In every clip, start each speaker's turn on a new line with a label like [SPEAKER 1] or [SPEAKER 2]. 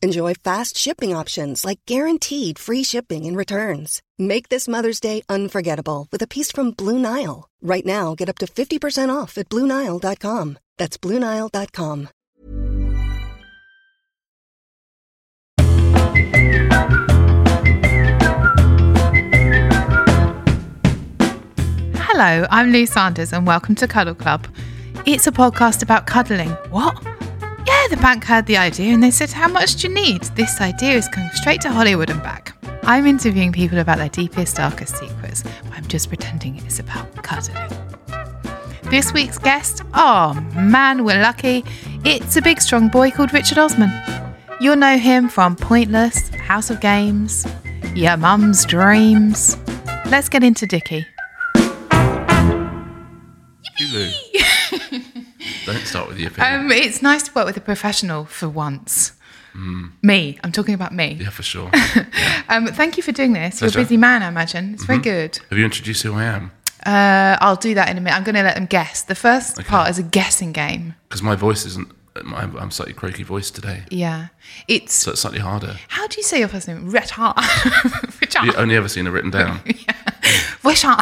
[SPEAKER 1] Enjoy fast shipping options like guaranteed free shipping and returns. Make this Mother's Day unforgettable with a piece from Blue Nile. Right now, get up to 50% off at BlueNile.com. That's BlueNile.com.
[SPEAKER 2] Hello, I'm Lou Sanders, and welcome to Cuddle Club. It's a podcast about cuddling. What? Yeah, the bank had the idea and they said, How much do you need? This idea is going straight to Hollywood and back. I'm interviewing people about their deepest, darkest secrets, but I'm just pretending it's about cuddling. This week's guest, oh man, we're lucky. It's a big, strong boy called Richard Osman. You'll know him from Pointless, House of Games, Your Mum's Dreams. Let's get into Dickie.
[SPEAKER 3] Lou. Don't start with your opinion.
[SPEAKER 2] Um, it's nice to work with a professional for once. Me, I'm talking about me.
[SPEAKER 3] yeah, for sure.
[SPEAKER 2] Um, thank you for doing this. You're a
[SPEAKER 3] Pleasure. Mm-hmm.
[SPEAKER 2] busy man, I imagine. It's very good.
[SPEAKER 3] Have you introduced who I am?
[SPEAKER 2] Uh, I'll do that in a minute. I'm going to let them guess. The first part is a guessing game.
[SPEAKER 3] Because my voice isn't. My, I'm slightly croaky voice today,
[SPEAKER 2] Yeah. It's.
[SPEAKER 3] so it's slightly harder.
[SPEAKER 2] how do you say your first name? Retard.
[SPEAKER 3] You
[SPEAKER 2] Richard.
[SPEAKER 3] only ever seen it written down.
[SPEAKER 2] Richard.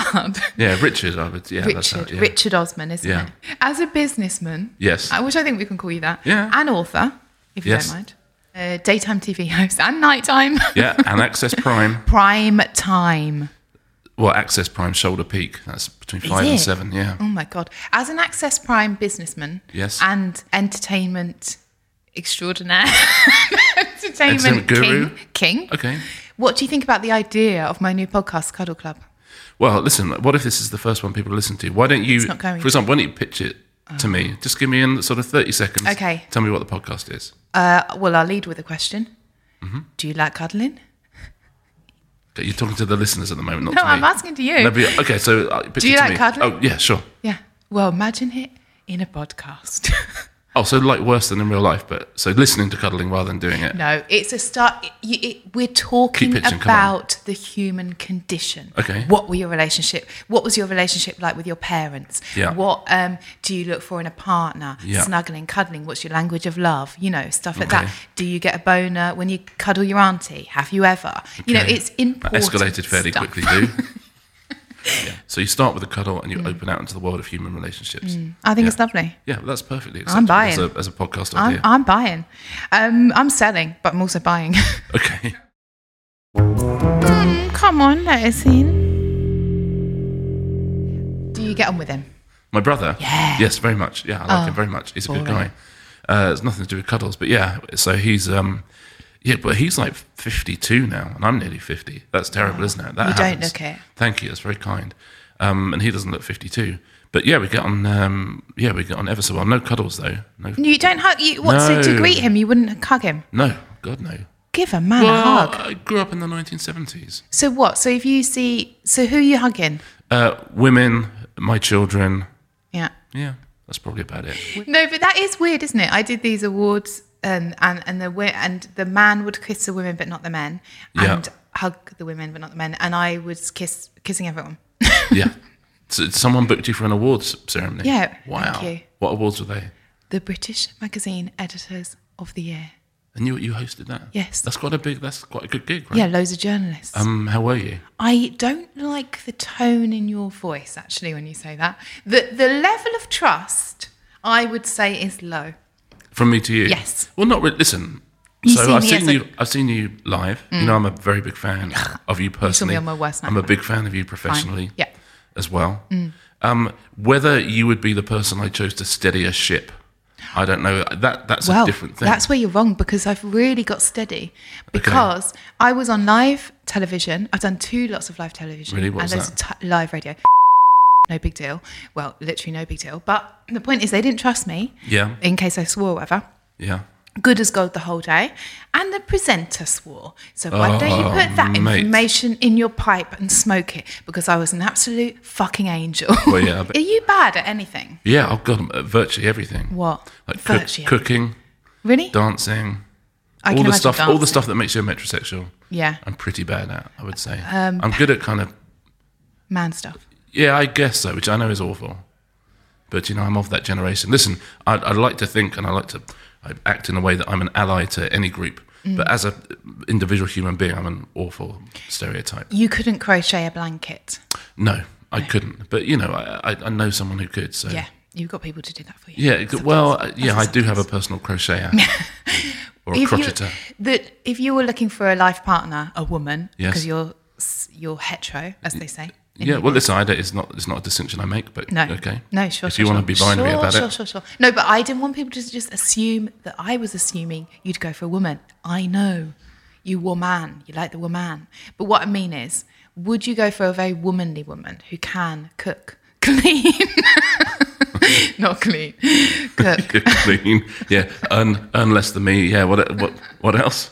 [SPEAKER 3] Yeah, Richard. I would. Yeah, that's how.
[SPEAKER 2] Richard.
[SPEAKER 3] it- Yeah.
[SPEAKER 2] Richard Osman, isn't
[SPEAKER 3] Yeah.
[SPEAKER 2] it? As a businessman,
[SPEAKER 3] Yes.
[SPEAKER 2] I- which I think we can call you that.
[SPEAKER 3] Yeah.
[SPEAKER 2] An author, if you
[SPEAKER 3] Yes.
[SPEAKER 2] don't mind. Uh, daytime TV host and nighttime.
[SPEAKER 3] yeah, and Access Prime.
[SPEAKER 2] Prime time.
[SPEAKER 3] Well, Access Prime shoulder peak. That's between
[SPEAKER 2] Is
[SPEAKER 3] five and
[SPEAKER 2] it?
[SPEAKER 3] seven. Yeah.
[SPEAKER 2] Oh my god! As an Access Prime businessman,
[SPEAKER 3] Yes.
[SPEAKER 2] and entertainment extraordinaire, entertainment
[SPEAKER 3] Entertainment guru?
[SPEAKER 2] king, king.
[SPEAKER 3] Okay.
[SPEAKER 2] What do you think about the idea of my new podcast, Cuddle Club?
[SPEAKER 3] Well, listen. What if this is the first one people listen to? Why don't you,
[SPEAKER 2] It's not going Oh.
[SPEAKER 3] for example, why don't you pitch it to me? Just give me in sort of thirty seconds.
[SPEAKER 2] Okay.
[SPEAKER 3] Tell me what the podcast is.
[SPEAKER 2] Uh, well, I'll lead with a question.
[SPEAKER 3] Mm-hmm.
[SPEAKER 2] Do you like cuddling?
[SPEAKER 3] Okay, you're talking to the listeners at the moment, not
[SPEAKER 2] No,
[SPEAKER 3] to me.
[SPEAKER 2] I'm asking to you.
[SPEAKER 3] No, but- okay, so uh, pitch
[SPEAKER 2] Do
[SPEAKER 3] it
[SPEAKER 2] you
[SPEAKER 3] to
[SPEAKER 2] like
[SPEAKER 3] me.
[SPEAKER 2] cuddling?
[SPEAKER 3] Oh, yeah, sure.
[SPEAKER 2] Yeah. Well, imagine it in a podcast.
[SPEAKER 3] Oh, so like worse than in real life, but so listening to cuddling rather than doing it.
[SPEAKER 2] no, it's a start. It, it, we're talking
[SPEAKER 3] pitching, come on.
[SPEAKER 2] about the human condition.
[SPEAKER 3] Okay.
[SPEAKER 2] What were your relationship? What was your relationship like with your parents?
[SPEAKER 3] Yeah.
[SPEAKER 2] What um, do you look for in a partner?
[SPEAKER 3] Yeah.
[SPEAKER 2] Snuggling, cuddling. What's your language of love? You know, stuff like
[SPEAKER 3] Okay.
[SPEAKER 2] that. Do you get a boner when you cuddle your auntie? Have you ever? You know,
[SPEAKER 3] Okay.
[SPEAKER 2] it's important.
[SPEAKER 3] That escalated fairly
[SPEAKER 2] stuff.
[SPEAKER 3] quickly, do. yeah. So you start with a cuddle
[SPEAKER 2] Mm.
[SPEAKER 3] and you open out into the world of human relationships.
[SPEAKER 2] I think
[SPEAKER 3] Yeah.
[SPEAKER 2] it's lovely.
[SPEAKER 3] Yeah, well, that's perfectly.
[SPEAKER 2] Mm. I'm
[SPEAKER 3] acceptable as
[SPEAKER 2] buying.
[SPEAKER 3] a, as a podcast
[SPEAKER 2] I'm,
[SPEAKER 3] idea.
[SPEAKER 2] I'm buying. Um, I'm selling, but I'm also buying.
[SPEAKER 3] okay.
[SPEAKER 2] Mm, come on, let us in. Do you get on with him?
[SPEAKER 3] My brother.
[SPEAKER 2] Yeah.
[SPEAKER 3] Yes, very much. Yeah, I like
[SPEAKER 2] Oh,
[SPEAKER 3] him very much. He's a good
[SPEAKER 2] boring.
[SPEAKER 3] guy. Uh, it's nothing to do with cuddles, but yeah. So he's um, yeah, but he's like fifty-two now, and I'm nearly fifty. That's terrible, isn't it? That
[SPEAKER 2] You don't
[SPEAKER 3] happens.
[SPEAKER 2] look it.
[SPEAKER 3] Thank you. That's very kind. Um, and he doesn't look fifty-two. But yeah, we get on. Um, yeah, we get on ever so well. No cuddles though. No.
[SPEAKER 2] You don't hug. You, what, so to
[SPEAKER 3] No.
[SPEAKER 2] greet him, you wouldn't hug him.
[SPEAKER 3] No. God no.
[SPEAKER 2] Give a man a
[SPEAKER 3] well,
[SPEAKER 2] hug.
[SPEAKER 3] I grew up in the 1970s.
[SPEAKER 2] So what? So if you see, so who are you hugging?
[SPEAKER 3] Uh, women, my children.
[SPEAKER 2] Yeah.
[SPEAKER 3] Yeah, that's probably about it.
[SPEAKER 2] No, but that is weird, isn't it? I did these awards, and and and the wo- and the man would kiss the women, but not the men,
[SPEAKER 3] Yeah.
[SPEAKER 2] and hug the women, but not the men, and I was kiss kissing everyone.
[SPEAKER 3] Yeah. So someone booked you for an awards ceremony.
[SPEAKER 2] Yeah, thank
[SPEAKER 3] Wow.
[SPEAKER 2] you.
[SPEAKER 3] What awards were they?
[SPEAKER 2] the British Magazine Editors of the Year.
[SPEAKER 3] And you you hosted that?
[SPEAKER 2] Yes.
[SPEAKER 3] That's quite a big. That's quite a good gig, right?
[SPEAKER 2] Yeah, loads of journalists.
[SPEAKER 3] Um, how were you?
[SPEAKER 2] I don't like the tone in your voice actually when you say that. The the level of trust I would say is low.
[SPEAKER 3] From me to you?
[SPEAKER 2] Yes.
[SPEAKER 3] Well, not really. Listen,
[SPEAKER 2] You
[SPEAKER 3] so
[SPEAKER 2] see
[SPEAKER 3] I've
[SPEAKER 2] me
[SPEAKER 3] seen
[SPEAKER 2] as a- Mm.
[SPEAKER 3] you. I've seen you live. You know, I'm a very big fan of you personally.
[SPEAKER 2] on my worst
[SPEAKER 3] I'm a
[SPEAKER 2] nightmare. Mm.
[SPEAKER 3] big fan of you professionally.
[SPEAKER 2] Yeah.
[SPEAKER 3] as well. Um, whether you would be the person I chose to steady a ship, I don't know. That that's
[SPEAKER 2] well,
[SPEAKER 3] a different thing.
[SPEAKER 2] that's where you're wrong because I've really got steady because I was on live television. I've done two lots of live television
[SPEAKER 3] Really? What
[SPEAKER 2] and
[SPEAKER 3] was
[SPEAKER 2] there's
[SPEAKER 3] that?
[SPEAKER 2] t- live radio. No big deal. Well, literally no big deal. But the point is, they didn't trust me
[SPEAKER 3] yeah,
[SPEAKER 2] in case I swore or whatever.
[SPEAKER 3] yeah.
[SPEAKER 2] good as gold the whole day, and the presenter swore. So why don't you
[SPEAKER 3] Oh,
[SPEAKER 2] put that
[SPEAKER 3] mate.
[SPEAKER 2] information in your pipe and smoke it? Because I was an absolute fucking angel.
[SPEAKER 3] Well, yeah, but-
[SPEAKER 2] Are you bad at anything?
[SPEAKER 3] Yeah, I've got 'em at virtually everything.
[SPEAKER 2] What?
[SPEAKER 3] Like cook,
[SPEAKER 2] Virtually.
[SPEAKER 3] cooking,
[SPEAKER 2] Really?
[SPEAKER 3] dancing,
[SPEAKER 2] I
[SPEAKER 3] all
[SPEAKER 2] can
[SPEAKER 3] the
[SPEAKER 2] imagine
[SPEAKER 3] stuff, all the
[SPEAKER 2] dancing.
[SPEAKER 3] stuff that makes you a metrosexual.
[SPEAKER 2] Yeah,
[SPEAKER 3] I'm pretty bad at. I would say
[SPEAKER 2] Um,
[SPEAKER 3] I'm good at kind of
[SPEAKER 2] man stuff.
[SPEAKER 3] yeah, I guess so, which I know is awful. But you know, I'm of that generation. Listen, I'd, I'd like to think and I like to I act in a way that I'm an ally to any group.
[SPEAKER 2] Mm.
[SPEAKER 3] But as a individual human being, I'm an awful stereotype.
[SPEAKER 2] You couldn't crochet a blanket.
[SPEAKER 3] No, I couldn't. But you know, I, I, I know someone who could. So
[SPEAKER 2] Yeah, you've got people to do that for you.
[SPEAKER 3] yeah. it could- well, uh,
[SPEAKER 2] Sometimes.
[SPEAKER 3] yeah, I
[SPEAKER 2] That's
[SPEAKER 3] do have a
[SPEAKER 2] sometimes.
[SPEAKER 3] personal crocheter or a crocheter.
[SPEAKER 2] You, that if you were looking for a life partner, a woman,
[SPEAKER 3] Yes.
[SPEAKER 2] because you're s- you're hetero, as they say. in
[SPEAKER 3] yeah,
[SPEAKER 2] the
[SPEAKER 3] well, listen, I don't, it's not it's not a distinction I make, but
[SPEAKER 2] No.
[SPEAKER 3] okay,
[SPEAKER 2] No, sure.
[SPEAKER 3] If
[SPEAKER 2] sure,
[SPEAKER 3] you
[SPEAKER 2] sure.
[SPEAKER 3] want to be binary
[SPEAKER 2] sure,
[SPEAKER 3] about
[SPEAKER 2] sure,
[SPEAKER 3] it,
[SPEAKER 2] Sure, sure, No, but I didn't want people to just assume that I was assuming you'd go for a woman. I know. You woman. You like the woman. But what I mean is, would you go for a very womanly woman who can cook, clean? Not clean. Cook.
[SPEAKER 3] Good, clean, yeah, un, unless the me, yeah. What what what else?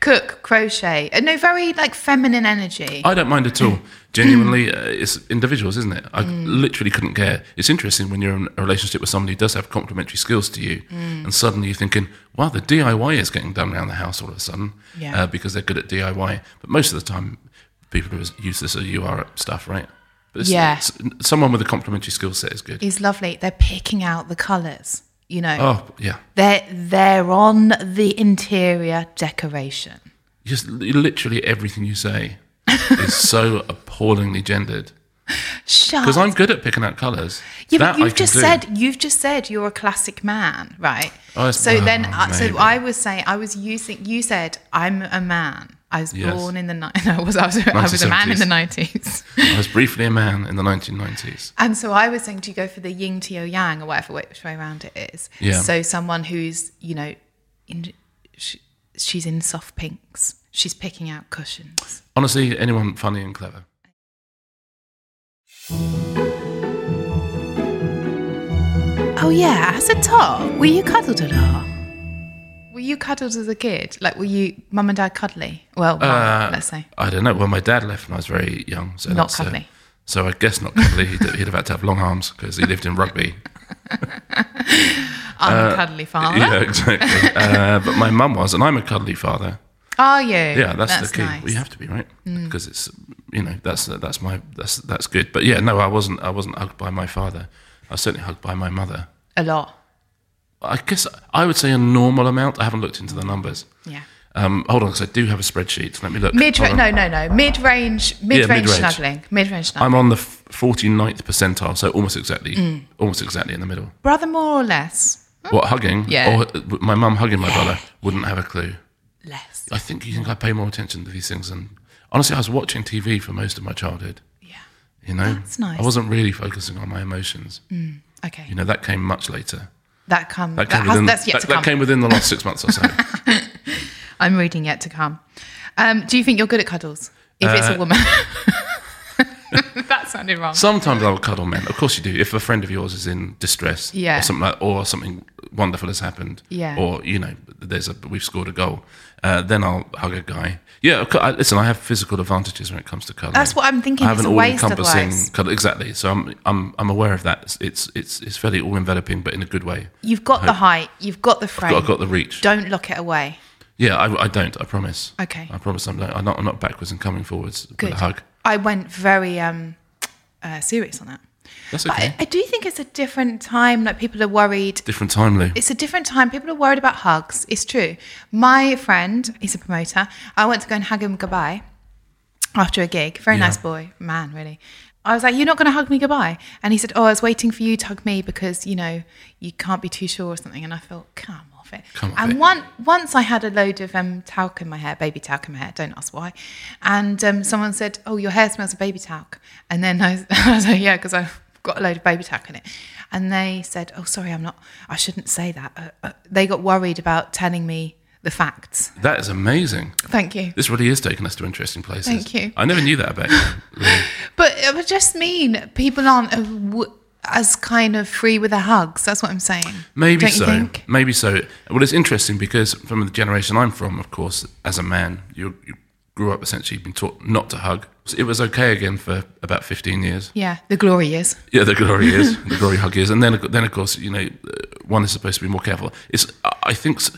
[SPEAKER 2] cook, crochet. Uh, No, very like feminine energy.
[SPEAKER 3] I don't mind at all. Genuinely, uh, it's individuals, isn't it? I
[SPEAKER 2] Mm.
[SPEAKER 3] literally couldn't care. It's interesting when you're in a relationship with somebody who does have complementary skills to you,
[SPEAKER 2] Mm.
[SPEAKER 3] and suddenly you're thinking, wow, the DIY is getting done around the house all of a sudden
[SPEAKER 2] Yeah.
[SPEAKER 3] uh, because they're good at DIY. But most of the time, people who use this are UR stuff, right? But it's,
[SPEAKER 2] Yeah.
[SPEAKER 3] it's- someone with a complementary skill set is good.
[SPEAKER 2] Is lovely. They're picking out the colours, you know.
[SPEAKER 3] Oh, yeah.
[SPEAKER 2] They're, they're on the interior decoration.
[SPEAKER 3] Just l- literally everything you say is so appallingly gendered.
[SPEAKER 2] Shut
[SPEAKER 3] Because I'm good at picking out colours.
[SPEAKER 2] Oh, Yeah,
[SPEAKER 3] That
[SPEAKER 2] but
[SPEAKER 3] I
[SPEAKER 2] you've
[SPEAKER 3] can
[SPEAKER 2] just
[SPEAKER 3] do.
[SPEAKER 2] said you've just said you're a classic man, right?
[SPEAKER 3] Oh, it's-
[SPEAKER 2] so then,
[SPEAKER 3] oh,
[SPEAKER 2] uh, so
[SPEAKER 3] maybe.
[SPEAKER 2] I was saying, I was using. You said I'm a man. I was
[SPEAKER 3] Yes.
[SPEAKER 2] born in the ni- no, I was I was, I was a man in the
[SPEAKER 3] 1970s.
[SPEAKER 2] nineties.
[SPEAKER 3] I was briefly a man in the 1990s.
[SPEAKER 2] And so I was saying, do you go for the yin to your yang or whatever which way around it is?
[SPEAKER 3] Yeah.
[SPEAKER 2] So someone who's you know, in, she, she's in soft pinks. She's picking out cushions.
[SPEAKER 3] Honestly, anyone funny and clever.
[SPEAKER 2] Oh yeah, as a tot, were you cuddled at all? Were you cuddled as a kid? Like, were you mum and dad cuddly? Well, mum,
[SPEAKER 3] Uh,
[SPEAKER 2] Oh, let's say.
[SPEAKER 3] I don't know. Well, my dad left when I was very young. So
[SPEAKER 2] Not
[SPEAKER 3] that's, uh,
[SPEAKER 2] cuddly.
[SPEAKER 3] so I guess not cuddly. He'd, he'd have had to have long arms because he lived in rugby.
[SPEAKER 2] I'm a cuddly father.
[SPEAKER 3] Uh, Yeah, exactly. uh, but my mum was, and I'm a cuddly father.
[SPEAKER 2] Are you?
[SPEAKER 3] Yeah, that's, the key.
[SPEAKER 2] Nice. Mm.
[SPEAKER 3] Well, you have to be right because it's you know that's that's my that's that's good. But yeah, no, I wasn't I wasn't hugged by my father. I was certainly hugged by my mother.
[SPEAKER 2] a lot.
[SPEAKER 3] I guess I would say a normal amount. I haven't looked into the numbers.
[SPEAKER 2] Yeah.
[SPEAKER 3] Um, hold on, because I do have a spreadsheet. Let me look.
[SPEAKER 2] Mid
[SPEAKER 3] Hold
[SPEAKER 2] range?
[SPEAKER 3] on.
[SPEAKER 2] No, no, no. Mid range. Mid range
[SPEAKER 3] mid-range.
[SPEAKER 2] snuggling. Mid range snuggling.
[SPEAKER 3] I'm on the f- 49th percentile, so almost exactly,
[SPEAKER 2] Mm.
[SPEAKER 3] almost exactly in the middle.
[SPEAKER 2] Brother, more or less?
[SPEAKER 3] What hugging?
[SPEAKER 2] Yeah.
[SPEAKER 3] Or uh, my mum hugging my brother wouldn't have a clue.
[SPEAKER 2] Less.
[SPEAKER 3] I think you think I pay more attention to these things, and honestly, I was watching TV for most of my childhood.
[SPEAKER 2] Yeah.
[SPEAKER 3] You know,
[SPEAKER 2] That's nice.
[SPEAKER 3] I wasn't really focusing on my emotions.
[SPEAKER 2] Okay.
[SPEAKER 3] You know, that came much later.
[SPEAKER 2] that comes.
[SPEAKER 3] That
[SPEAKER 2] Mm. That,
[SPEAKER 3] came
[SPEAKER 2] has,
[SPEAKER 3] within,
[SPEAKER 2] that's yet
[SPEAKER 3] that,
[SPEAKER 2] to
[SPEAKER 3] that
[SPEAKER 2] come.
[SPEAKER 3] came within the last six months or so.
[SPEAKER 2] I'm reading yet to come. Um, do you think you're good at cuddles? If it's a
[SPEAKER 3] Uh,
[SPEAKER 2] woman. that sounded wrong.
[SPEAKER 3] Sometimes I will cuddle men. Of course you do. If a friend of yours is in distress,
[SPEAKER 2] Yeah.
[SPEAKER 3] or something, like, or something wonderful has happened,
[SPEAKER 2] Yeah.
[SPEAKER 3] or you know, there's a we've scored a goal, uh, then I'll hug a guy. Yeah, of cou- I, listen, I have physical advantages when it comes to cuddling.
[SPEAKER 2] That's what I'm thinking.
[SPEAKER 3] I have
[SPEAKER 2] It's
[SPEAKER 3] an
[SPEAKER 2] a waste
[SPEAKER 3] all-encompassing
[SPEAKER 2] otherwise.
[SPEAKER 3] cuddle. Exactly. So I'm I'm I'm aware of that. It's it's it's, it's fairly all-enveloping, but in a good way.
[SPEAKER 2] You've got the height. You've got the
[SPEAKER 3] I've
[SPEAKER 2] frame.
[SPEAKER 3] got, I've got the reach.
[SPEAKER 2] Don't lock it away.
[SPEAKER 3] Yeah, I, I don't. I promise.
[SPEAKER 2] Okay.
[SPEAKER 3] I promise. I'm not. I'm not, I'm not backwards and coming forwards
[SPEAKER 2] Good.
[SPEAKER 3] with a hug.
[SPEAKER 2] I went very um, uh, serious on that.
[SPEAKER 3] That's
[SPEAKER 2] But
[SPEAKER 3] okay.
[SPEAKER 2] I, I do think it's a different time. Like people are worried.
[SPEAKER 3] Different time, Lou.
[SPEAKER 2] It's a different time. People are worried about hugs. It's true. My friend, he's a promoter. I went to go and hug him goodbye after a gig. Very
[SPEAKER 3] Yeah.
[SPEAKER 2] nice boy, man, really. I was like, You're not going to hug me goodbye. And he said, Oh, I was waiting for you to hug me because, you know, you can't be too sure or something. And I thought, Come off it.
[SPEAKER 3] Come off
[SPEAKER 2] and
[SPEAKER 3] it.
[SPEAKER 2] One, once I had a load of um, talc in my hair, baby talc in my hair, don't ask why. And um, someone said, Oh, your hair smells of baby talc. And then I was, I was like, Yeah, because I've got a load of baby talc in it. And they said, Oh, sorry, I'm not, I shouldn't say that. Uh, uh, they got worried about telling me the facts.
[SPEAKER 3] That is amazing.
[SPEAKER 2] Thank you.
[SPEAKER 3] This really is taking us to interesting places.
[SPEAKER 2] Thank you.
[SPEAKER 3] I never knew that about you.
[SPEAKER 2] But it would just mean people aren't a w- as kind of free with their hugs. That's what I'm saying.
[SPEAKER 3] Maybe
[SPEAKER 2] Don't you
[SPEAKER 3] so.
[SPEAKER 2] think?
[SPEAKER 3] Maybe so. Well, it's interesting because from the generation I'm from, of course, as a man, you, you grew up essentially being taught not to hug. So it was okay again for about 15 years.
[SPEAKER 2] Yeah, the glory is.
[SPEAKER 3] Yeah, the glory is the glory hug is, and then then of course you know uh, one is supposed to be more careful. It's I I think s-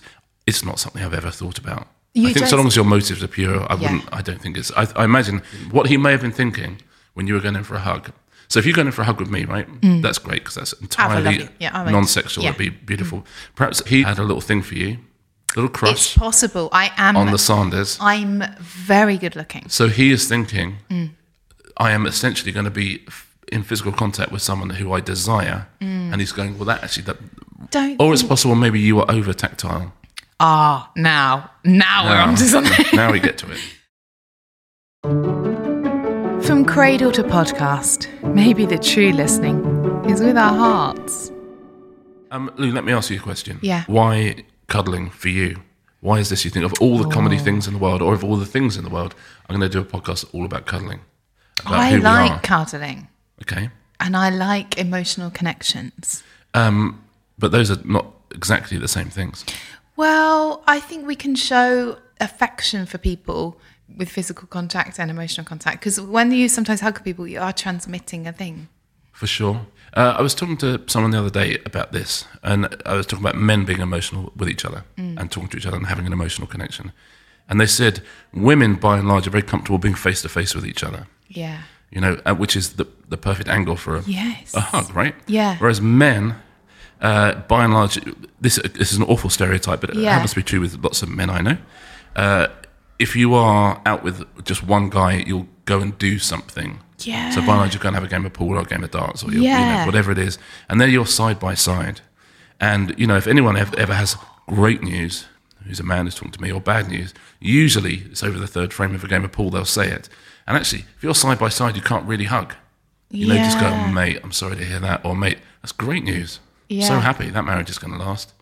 [SPEAKER 3] it's not something I've ever thought about.
[SPEAKER 2] You
[SPEAKER 3] I think
[SPEAKER 2] just-
[SPEAKER 3] so long as your motives are pure,
[SPEAKER 2] Yeah.
[SPEAKER 3] I wouldn't. I don't think it's. I, I imagine what he may have been thinking when you were going in for a hug. So if you're going in for a hug with me, right? That's great because that's entirely
[SPEAKER 2] Mm. lovely- yeah, I won't-
[SPEAKER 3] non-sexual.
[SPEAKER 2] yeah. Mm.
[SPEAKER 3] It'd be beautiful. Perhaps he had a little thing for you, little
[SPEAKER 2] It's
[SPEAKER 3] crush
[SPEAKER 2] possible. I am.
[SPEAKER 3] on the Sanders.
[SPEAKER 2] I'm very good looking.
[SPEAKER 3] So he is thinking, I am essentially going to be f- in physical contact with someone who I desire,
[SPEAKER 2] Mm.
[SPEAKER 3] and he's going, well, that actually that,
[SPEAKER 2] Don't.
[SPEAKER 3] or it's possible maybe you are over tactile.
[SPEAKER 2] Ah, now, now we're onto something.
[SPEAKER 3] now we get to it.
[SPEAKER 2] From cradle to podcast, maybe the true listening is with our hearts.
[SPEAKER 3] Um, Lou, let me ask you a question.
[SPEAKER 2] Yeah.
[SPEAKER 3] Why cuddling for you? Why is this? You think of all the comedy
[SPEAKER 2] Oh.
[SPEAKER 3] things in the world, or of all the things in the world, I'm going to do a podcast all about cuddling. About
[SPEAKER 2] I
[SPEAKER 3] who we
[SPEAKER 2] like
[SPEAKER 3] are.
[SPEAKER 2] cuddling,
[SPEAKER 3] Okay.
[SPEAKER 2] and I like emotional connections.
[SPEAKER 3] Um, but those are not exactly the same things.
[SPEAKER 2] Well, I think we can show affection for people with physical contact and emotional contact because when you sometimes hug people, you are transmitting a thing.
[SPEAKER 3] For sure. Uh, I was talking to someone the other day about this, and I was talking about men being emotional with each other and talking to each other and having an emotional connection. And they said women, by and large, are very comfortable being face to face with each other,
[SPEAKER 2] Yeah.
[SPEAKER 3] you know, uh, which is the, the perfect angle for a,
[SPEAKER 2] Yes.
[SPEAKER 3] a hug, Uh-huh, right?
[SPEAKER 2] Yeah.
[SPEAKER 3] Whereas men, uh, by and large, this, uh, this is an awful stereotype, but it
[SPEAKER 2] Yeah.
[SPEAKER 3] happens to be true with lots of men I know. Uh, if you are out with just one guy, you'll go and do something.
[SPEAKER 2] Yeah.
[SPEAKER 3] So by and large, you're going to have a game of pool or a game of darts or you'll, you
[SPEAKER 2] Yeah.
[SPEAKER 3] know, whatever it is. And then you're side by side. And, you know, if anyone ever, ever has great news, who's a man who's talking to me, or bad news, usually it's over the third frame of a game of pool, they'll say it. And actually, if you're side by side, you can't really hug. You know, you just go,
[SPEAKER 2] Yeah.
[SPEAKER 3] mate, I'm sorry to hear that. Or, mate, that's great news.
[SPEAKER 2] Yeah.
[SPEAKER 3] So happy that marriage is going to last.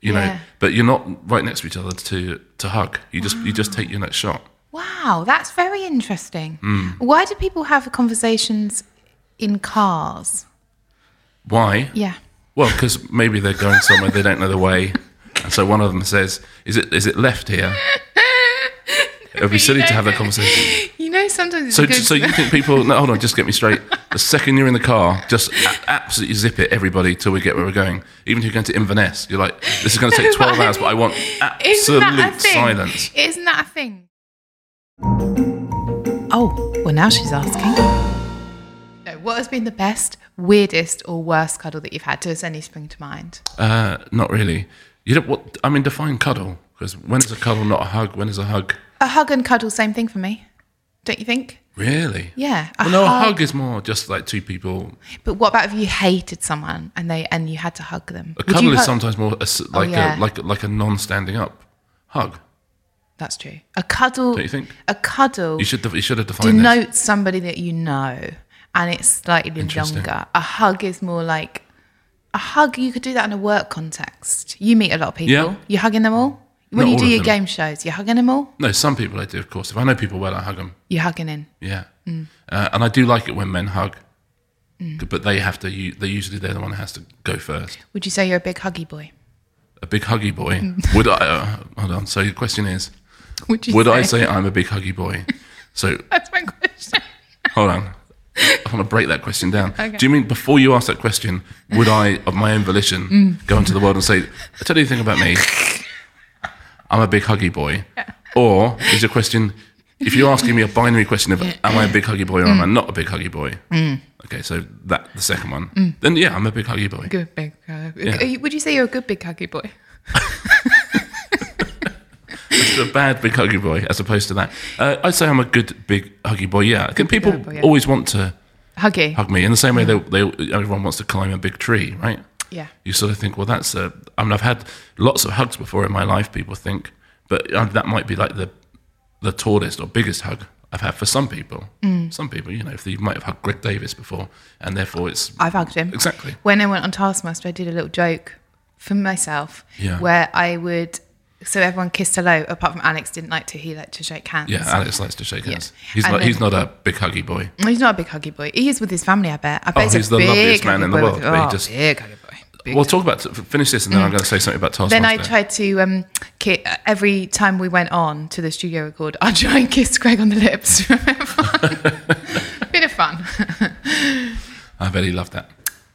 [SPEAKER 3] You know,
[SPEAKER 2] Yeah.
[SPEAKER 3] but you're not right next to each other to, to hug. You just you just take your next shot.
[SPEAKER 2] Wow, that's very interesting.
[SPEAKER 3] Hmm.
[SPEAKER 2] Why do people have conversations in cars?
[SPEAKER 3] Why?
[SPEAKER 2] Yeah.
[SPEAKER 3] Well, because maybe they're going somewhere they don't know the way, and so one of them says, "Is it is it left here?" It would be silly to have that conversation.
[SPEAKER 2] You know, sometimes it's
[SPEAKER 3] So,
[SPEAKER 2] good.
[SPEAKER 3] so you think people? No, hold on, just get me straight. The second you're in the car, just a- absolutely zip it, everybody, till we get where we're going. Even if you're going to Inverness, you're like, "This is going to take
[SPEAKER 2] No, but
[SPEAKER 3] twelve hours," but I want
[SPEAKER 2] Isn't that a
[SPEAKER 3] absolute
[SPEAKER 2] thing?
[SPEAKER 3] silence.
[SPEAKER 2] Isn't that a thing? Oh, well, now she's asking. No, what has been the best, weirdest, or worst cuddle that you've had? Does any spring to mind?
[SPEAKER 3] Uh, not really. You don't. What I mean, define cuddle. Because when is a cuddle not a hug? When is a hug?
[SPEAKER 2] A hug and cuddle, same thing for me. Don't you think?
[SPEAKER 3] Really?
[SPEAKER 2] Yeah.
[SPEAKER 3] Well, no, a hug is more just like two people
[SPEAKER 2] But what about if you hated someone and they and you had to hug them?
[SPEAKER 3] A
[SPEAKER 2] Would you
[SPEAKER 3] cuddle is
[SPEAKER 2] hug-
[SPEAKER 3] sometimes more a s like
[SPEAKER 2] yeah.
[SPEAKER 3] a like like a non-standing up hug.
[SPEAKER 2] That's true. A cuddle.
[SPEAKER 3] Don't you think?
[SPEAKER 2] A cuddle
[SPEAKER 3] You should def- you should have defined this.
[SPEAKER 2] denotes somebody that you know, and it's slightly
[SPEAKER 3] Interesting.
[SPEAKER 2] longer. A hug is more like a hug. You could do that in a work context. You meet a lot of people.
[SPEAKER 3] Yeah.
[SPEAKER 2] You're hugging them all. When
[SPEAKER 3] Not
[SPEAKER 2] you do
[SPEAKER 3] all of
[SPEAKER 2] your
[SPEAKER 3] them.
[SPEAKER 2] game shows, you're hugging them all.
[SPEAKER 3] No, some people I do, of course. If I know people well, I hug them.
[SPEAKER 2] You're hugging in.
[SPEAKER 3] Yeah, uh, and I do like it when men hug, but they have to. u- They usually they're the one who has to go first.
[SPEAKER 2] Would you say you're a big huggy boy?
[SPEAKER 3] A big huggy boy. would I? Uh, hold on. So your question is,
[SPEAKER 2] Would you?
[SPEAKER 3] would I say I'm a big huggy boy? So
[SPEAKER 2] That's my question.
[SPEAKER 3] hold on. I want to break that question down. Do you mean before you ask that question, would I, of my own volition, go into the world and say, I tell you the thing about me, I'm a big huggy boy? Or is your question, if you're asking me a binary question of, am I a big huggy boy or am I not a big huggy boy? Okay, so that the second one. Then yeah, I'm a big huggy boy.
[SPEAKER 2] Good big. hug. Would you say you're a good big huggy boy?
[SPEAKER 3] Just a bad big huggy boy as opposed to that. Uh, I'd say I'm a good big huggy boy, yeah. Mm. I think people
[SPEAKER 2] huggy boy, yeah.
[SPEAKER 3] always want to
[SPEAKER 2] Huggy.
[SPEAKER 3] hug me. In the same way, they, they everyone wants to climb a big tree, right?
[SPEAKER 2] Yeah.
[SPEAKER 3] You sort of think, well, that's a. I mean, I've had lots of hugs before in my life. People think, but uh, that might be like the the tallest or biggest hug I've had for some people.
[SPEAKER 2] Mm.
[SPEAKER 3] Some people, you know, if you might have hugged Greg Davis before, and therefore it's
[SPEAKER 2] I've hugged him.
[SPEAKER 3] Exactly.
[SPEAKER 2] When I went on Taskmaster, I did a little joke for myself
[SPEAKER 3] Yeah.
[SPEAKER 2] where I would. So everyone kissed hello, apart from Alex didn't like to. He liked to shake hands.
[SPEAKER 3] yeah. Alex likes to shake
[SPEAKER 2] Yeah.
[SPEAKER 3] hands. He's
[SPEAKER 2] And
[SPEAKER 3] not.
[SPEAKER 2] then-
[SPEAKER 3] he's not a big huggy boy.
[SPEAKER 2] He's not a big huggy boy. He is with his family, I bet. I bet
[SPEAKER 3] Oh,
[SPEAKER 2] he's, a
[SPEAKER 3] he's the
[SPEAKER 2] big
[SPEAKER 3] loveliest man
[SPEAKER 2] huggy
[SPEAKER 3] in the
[SPEAKER 2] boy
[SPEAKER 3] world,
[SPEAKER 2] with-
[SPEAKER 3] but he
[SPEAKER 2] Oh,
[SPEAKER 3] just-
[SPEAKER 2] big huggy boy. Big Mm.
[SPEAKER 3] We'll talk about finish this, and then I'm going to say something about Taskmaster.
[SPEAKER 2] Then I tried to um, ki- every time we went on to the studio record, I'd try and kiss Greg on the lips. Bit of fun.
[SPEAKER 3] I bet he loved that.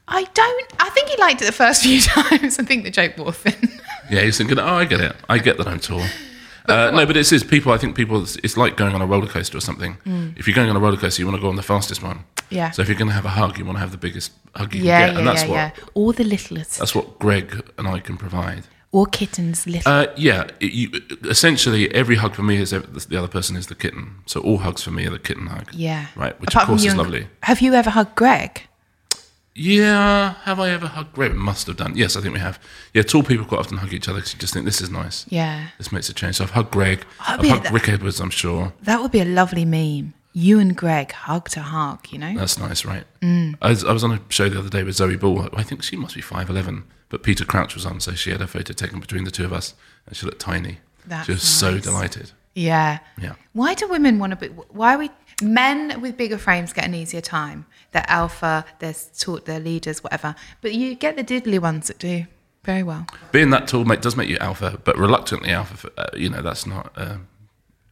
[SPEAKER 2] I don't. I think he liked it the first few times. I think the joke wore thin.
[SPEAKER 3] Yeah, he's thinking, oh, I get it. I get that I'm tall. Uh, no, but it's, it's people. I think people. It's, it's like going on a roller coaster or something.
[SPEAKER 2] Mm.
[SPEAKER 3] If you're going on a roller coaster, you want to go on the fastest one.
[SPEAKER 2] Yeah.
[SPEAKER 3] So if you're going to have a hug, you want to have the biggest hug you
[SPEAKER 2] yeah,
[SPEAKER 3] can get,
[SPEAKER 2] yeah,
[SPEAKER 3] and that's
[SPEAKER 2] yeah,
[SPEAKER 3] what
[SPEAKER 2] yeah. All the littlest,
[SPEAKER 3] that's what Greg and I can provide.
[SPEAKER 2] all kittens, little.
[SPEAKER 3] Uh, yeah, it- you, essentially every hug for me is ev- the other person is the kitten. So all hugs for me are the kitten hug.
[SPEAKER 2] yeah.
[SPEAKER 3] Right, which
[SPEAKER 2] Apart
[SPEAKER 3] of
[SPEAKER 2] from
[SPEAKER 3] course
[SPEAKER 2] you
[SPEAKER 3] is
[SPEAKER 2] and-
[SPEAKER 3] lovely.
[SPEAKER 2] Have you ever hugged Greg?
[SPEAKER 3] Yeah, have I ever hugged Greg? Must have done. Yes, I think we have. Yeah, tall people quite often hug each other because you just think this is nice.
[SPEAKER 2] Yeah.
[SPEAKER 3] This makes a change. So I've hugged Greg.
[SPEAKER 2] I
[SPEAKER 3] I've
[SPEAKER 2] mean,
[SPEAKER 3] hugged
[SPEAKER 2] that-
[SPEAKER 3] Rick Edwards, I'm sure.
[SPEAKER 2] That would be a lovely meme. You and Greg hug to hug. You know.
[SPEAKER 3] That's nice, right?
[SPEAKER 2] Mm.
[SPEAKER 3] I, was, I was on a show the other day with Zoe Ball. I think she must be 5'11, but Peter Crouch was on, so she had her photo taken between the two of us, and she looked tiny.
[SPEAKER 2] That's
[SPEAKER 3] she was so
[SPEAKER 2] nice.
[SPEAKER 3] delighted.
[SPEAKER 2] yeah.
[SPEAKER 3] Yeah.
[SPEAKER 2] Why do women want to be? Why are we men with bigger frames get an easier time? They're alpha. They're taught. They're leaders. Whatever. But you get the diddly ones that do very well.
[SPEAKER 3] Being that tall mate, does make you alpha, but reluctantly alpha, for, uh, you know, that's not, um,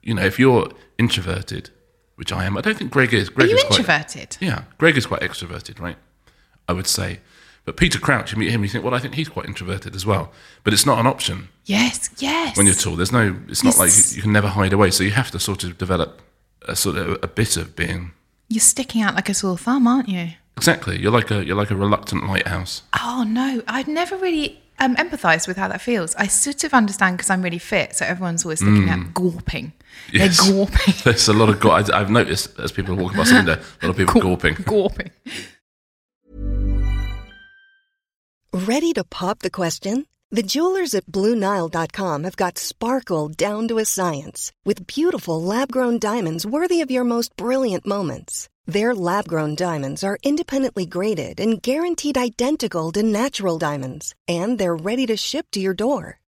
[SPEAKER 3] you know, if you're introverted, which I am, I don't think Greg is. Greg
[SPEAKER 2] are you
[SPEAKER 3] is quite-
[SPEAKER 2] introverted?
[SPEAKER 3] Yeah, Greg is quite extroverted, right? I would say. But Peter Crouch, you meet him, you think, well, I think he's quite introverted as well. But it's not an option
[SPEAKER 2] Yes. Yes.
[SPEAKER 3] when you're tall. There's no, it's not like
[SPEAKER 2] Yes.
[SPEAKER 3] you, you can never hide away. So you have to sort of develop a sort of a bit of being.
[SPEAKER 2] You're sticking out like a sore thumb, aren't you?
[SPEAKER 3] Exactly. You're like a you're like a reluctant lighthouse.
[SPEAKER 2] Oh no, I've never really um, empathised with how that feels. I sort of understand because I'm really fit, so everyone's always looking at gawping.
[SPEAKER 3] Mm. Yes.
[SPEAKER 2] They're gawping.
[SPEAKER 3] There's a lot of ga- I- I've noticed as people walk past the window, a lot of people
[SPEAKER 2] Gaw-
[SPEAKER 3] gawping.
[SPEAKER 2] Gawping.
[SPEAKER 1] Ready to pop the question? The jewelers at BlueNile.com have got sparkle down to a science with beautiful lab grown diamonds worthy of your most brilliant moments. Their lab grown diamonds are independently graded and guaranteed identical to natural diamonds, and they're ready to ship to your door.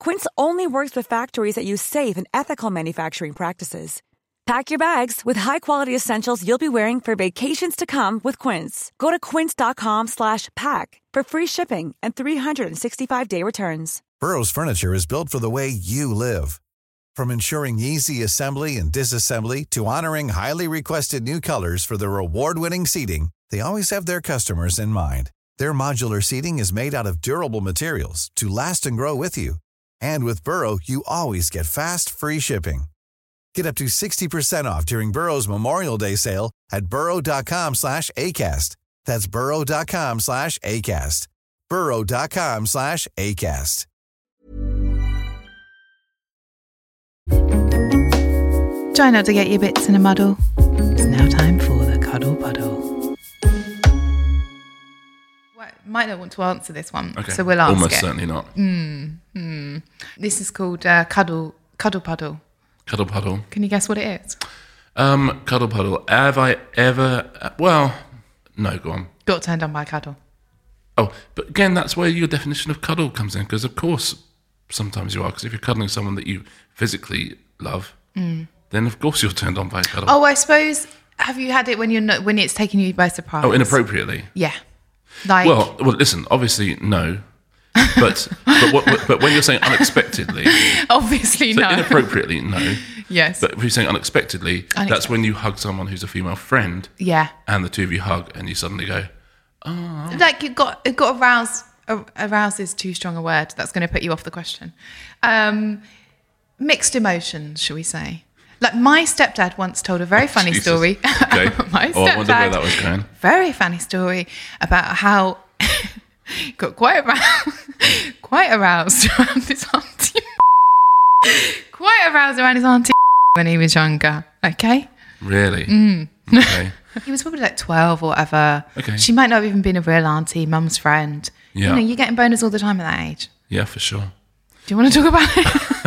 [SPEAKER 4] Quince only works with factories that use safe and ethical manufacturing practices. Pack your bags with high-quality essentials you'll be wearing for vacations to come with Quince. Go to quince.com slash pack for free shipping and 365-day returns.
[SPEAKER 5] Burrow's furniture is built for the way you live. From ensuring easy assembly and disassembly to honoring highly requested new colors for their award-winning seating, they always have their customers in mind. Their modular seating is made out of durable materials to last and grow with you. And with Burrow, you always get fast, free shipping. Get up to 60% off during Burrow's Memorial Day sale at burrow.com slash ACAST. That's burrow.com slash ACAST. burrow.com slash ACAST.
[SPEAKER 2] Try not to get your bits in a muddle. It's now time for the cuddle puddle. Well, I might not want to answer this one,
[SPEAKER 3] Okay.
[SPEAKER 2] so we'll ask
[SPEAKER 3] Almost
[SPEAKER 2] it. Mm.
[SPEAKER 3] certainly not.
[SPEAKER 2] Hmm. This is called uh, cuddle cuddle puddle.
[SPEAKER 3] Cuddle puddle.
[SPEAKER 2] Can you guess what it is?
[SPEAKER 3] Um, cuddle puddle. Have I ever? Well, no. Go on.
[SPEAKER 2] Got turned on by a cuddle.
[SPEAKER 3] Oh, but again, that's where your definition of cuddle comes in, because of course, sometimes you are. Because if you're cuddling someone that you physically love, then of course you're turned on by a cuddle.
[SPEAKER 2] Mm. Oh, I suppose. Have you had it when you're not, when it's taken you by surprise?
[SPEAKER 3] Oh, inappropriately.
[SPEAKER 2] Yeah. Like
[SPEAKER 3] Well, well, listen. Obviously, no. But but what, what- but when you're saying unexpectedly,
[SPEAKER 2] obviously
[SPEAKER 3] so
[SPEAKER 2] no.
[SPEAKER 3] inappropriately, no.
[SPEAKER 2] yes.
[SPEAKER 3] But if you're saying unexpectedly, that's when you hug someone who's a female friend,
[SPEAKER 2] yeah.
[SPEAKER 3] and the two of you hug, and you suddenly go,
[SPEAKER 2] Like you got it got aroused. ar- Aroused is too strong a word. That's going to put you off the question. Um, mixed emotions, shall we say? Like my stepdad once told a very funny
[SPEAKER 3] Oh, Jesus.
[SPEAKER 2] story.
[SPEAKER 3] Okay.
[SPEAKER 2] my
[SPEAKER 3] oh, I wondered where
[SPEAKER 2] stepdad-
[SPEAKER 3] that was going.
[SPEAKER 2] very funny story about how he got quite aroused, quite aroused around his auntie, quite aroused around his auntie when he was younger. Okay,
[SPEAKER 3] Really?
[SPEAKER 2] Mm.
[SPEAKER 3] Okay.
[SPEAKER 2] he was probably like twelve or whatever.
[SPEAKER 3] Okay.
[SPEAKER 2] she might not have even been a real auntie, mum's friend.
[SPEAKER 3] Yeah.
[SPEAKER 2] you know, you're getting boners all the time at that age.
[SPEAKER 3] Yeah, for sure.
[SPEAKER 2] Do you want to talk about it?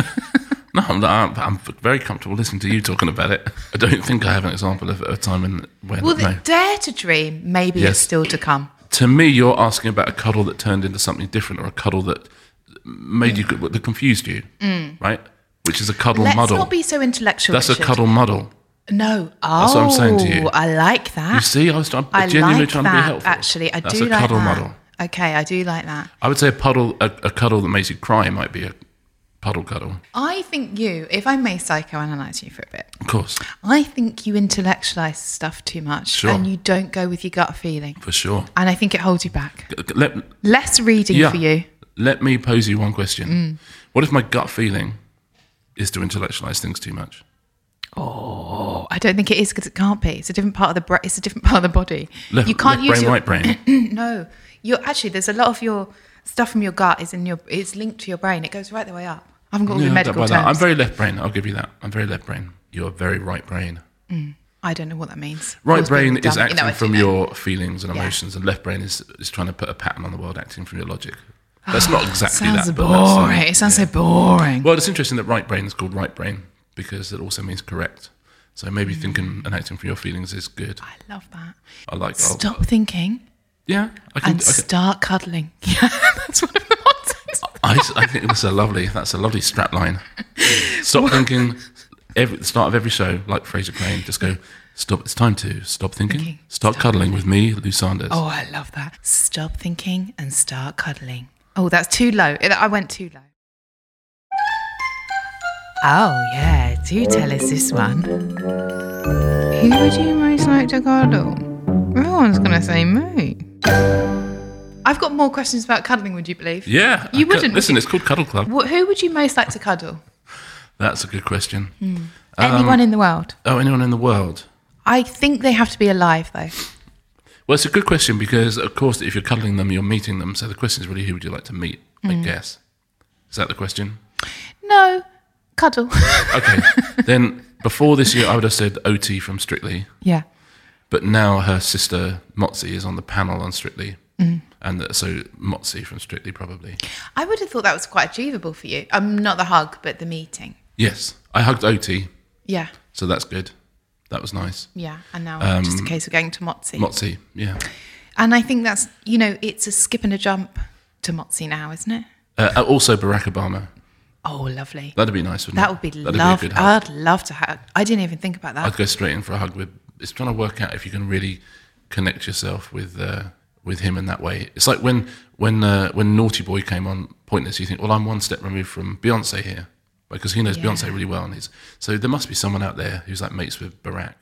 [SPEAKER 3] No, I'm, I'm, I'm very comfortable listening to you talking about it. I don't think I have an example of a time in when.
[SPEAKER 2] well,
[SPEAKER 3] no.
[SPEAKER 2] the dare to dream maybe
[SPEAKER 3] Yes.
[SPEAKER 2] is still to come.
[SPEAKER 3] to me, you're asking about a cuddle that turned into something different, or a cuddle that made you that confused you, right? Which is a cuddle
[SPEAKER 2] Mm. Let's
[SPEAKER 3] muddle.
[SPEAKER 2] not be so intellectual.
[SPEAKER 3] That's a
[SPEAKER 2] Richard.
[SPEAKER 3] cuddle muddle.
[SPEAKER 2] No, oh,
[SPEAKER 3] That's what I'm saying to you.
[SPEAKER 2] I like that.
[SPEAKER 3] You see, I was I'm
[SPEAKER 2] Ah, I
[SPEAKER 3] genuinely
[SPEAKER 2] like
[SPEAKER 3] trying
[SPEAKER 2] that,
[SPEAKER 3] to be helpful.
[SPEAKER 2] Actually, I
[SPEAKER 3] That's
[SPEAKER 2] do
[SPEAKER 3] a
[SPEAKER 2] like
[SPEAKER 3] cuddle
[SPEAKER 2] that.
[SPEAKER 3] muddle.
[SPEAKER 2] Okay, I do like that.
[SPEAKER 3] I would say a puddle, a, a cuddle that makes you cry might be a puddle cuddle.
[SPEAKER 2] I think you, if I may psychoanalyze you for a bit,
[SPEAKER 3] Of course,
[SPEAKER 2] I think you intellectualize stuff too much
[SPEAKER 3] Sure.
[SPEAKER 2] and you don't go with your gut feeling.
[SPEAKER 3] for sure.
[SPEAKER 2] And I think it holds you back.
[SPEAKER 3] G- g- Let,
[SPEAKER 2] Less reading for you.
[SPEAKER 3] Let me pose you one question.
[SPEAKER 2] Mm.
[SPEAKER 3] What if my gut feeling is to intellectualize things too much?
[SPEAKER 2] Oh, I don't think it is because it can't be. It's a different part of the bra- it's a different part of the body.
[SPEAKER 3] Left,
[SPEAKER 2] you can't
[SPEAKER 3] left
[SPEAKER 2] use
[SPEAKER 3] brain,
[SPEAKER 2] your
[SPEAKER 3] right brain.
[SPEAKER 2] no. You're actually there's a lot of your stuff from your gut is in your it's linked to your brain. It goes right the way up. I haven't got all
[SPEAKER 3] Yeah,
[SPEAKER 2] the
[SPEAKER 3] I
[SPEAKER 2] medical
[SPEAKER 3] don't buy
[SPEAKER 2] terms.
[SPEAKER 3] that. I'm very left brain. I'll give you that. I'm very left brain. You're very right brain.
[SPEAKER 2] I don't know what that means.
[SPEAKER 3] Right
[SPEAKER 2] Always been
[SPEAKER 3] brain is
[SPEAKER 2] dumb. You know
[SPEAKER 3] acting
[SPEAKER 2] I do
[SPEAKER 3] from
[SPEAKER 2] know.
[SPEAKER 3] your feelings and emotions, and left brain is, is trying to put a pattern on the world, acting from your logic. That's not exactly
[SPEAKER 2] sounds
[SPEAKER 3] that. but that's, um,
[SPEAKER 2] boring. It sounds so boring.
[SPEAKER 3] Well, it's interesting that right brain is called right brain because it also means correct. So maybe
[SPEAKER 2] Mm.
[SPEAKER 3] thinking and acting from your feelings is good.
[SPEAKER 2] I love that.
[SPEAKER 3] I like. I'll-
[SPEAKER 2] Stop thinking
[SPEAKER 3] Yeah, I can.
[SPEAKER 2] and
[SPEAKER 3] I, can
[SPEAKER 2] start cuddling. Yeah, that's one of the ones.
[SPEAKER 3] I, I think that's a lovely. That's a lovely strap line. Stop thinking. Every, at the start of every show, like Fraser Crane, just go. Stop. It's time to stop thinking.
[SPEAKER 2] Thinking.
[SPEAKER 3] Start cuddling with me, Lou Sanders.
[SPEAKER 2] Oh, I love that. Stop thinking and start cuddling. Oh, that's too low. It- I went too low. Oh, yeah. Do tell us this one. Who would you most like to cuddle? Everyone's going to say me. I've got more questions about cuddling, would you believe?
[SPEAKER 3] Yeah,
[SPEAKER 2] You
[SPEAKER 3] I cou-
[SPEAKER 2] wouldn't, would
[SPEAKER 3] listen.
[SPEAKER 2] you?
[SPEAKER 3] It's called Cuddle Club.
[SPEAKER 2] Wh- who would you most like to cuddle?
[SPEAKER 3] That's a good question.
[SPEAKER 2] Mm. Anyone in the world?
[SPEAKER 3] Oh, anyone in the world?
[SPEAKER 2] I think they have to be alive, though.
[SPEAKER 3] Well, it's a good question because, of course, if you're cuddling them, you're meeting them. So the question is really, who would you like to meet?
[SPEAKER 2] Mm.
[SPEAKER 3] I guess. Is that the question?
[SPEAKER 2] No, cuddle.
[SPEAKER 3] Okay. then before this year, I would have said OT from Strictly,
[SPEAKER 2] yeah.
[SPEAKER 3] but now her sister Motzi is on the panel on Strictly,
[SPEAKER 2] Mm.
[SPEAKER 3] and that- so Motzi from Strictly probably.
[SPEAKER 2] I would have thought that was quite achievable for you. Um, not the hug, but the meeting.
[SPEAKER 3] Yes, I hugged OT,
[SPEAKER 2] Yeah,
[SPEAKER 3] so that's good. That was nice.
[SPEAKER 2] yeah. And now it's
[SPEAKER 3] Um,
[SPEAKER 2] just a case of going to Motzi.
[SPEAKER 3] Motzi, yeah.
[SPEAKER 2] and I think that's, you know, it's a skip and a jump to Motzi now, isn't it?
[SPEAKER 3] Uh, also Barack Obama.
[SPEAKER 2] Oh, lovely.
[SPEAKER 3] That'd be nice. Wouldn't
[SPEAKER 2] That
[SPEAKER 3] it?
[SPEAKER 2] would be
[SPEAKER 3] That'd
[SPEAKER 2] lovely.
[SPEAKER 3] good hug.
[SPEAKER 2] I'd love to have. I didn't even think about
[SPEAKER 3] I'd
[SPEAKER 2] that.
[SPEAKER 3] go straight in for a hug with. It's trying to work out if you can really connect yourself with uh, with him in that way. It's like when when uh, when Naughty Boy came on Pointless, you think, well, I'm one step removed from Beyonce here, because he knows Beyonce really well, and he's so there must be someone out there who's like mates with Barack.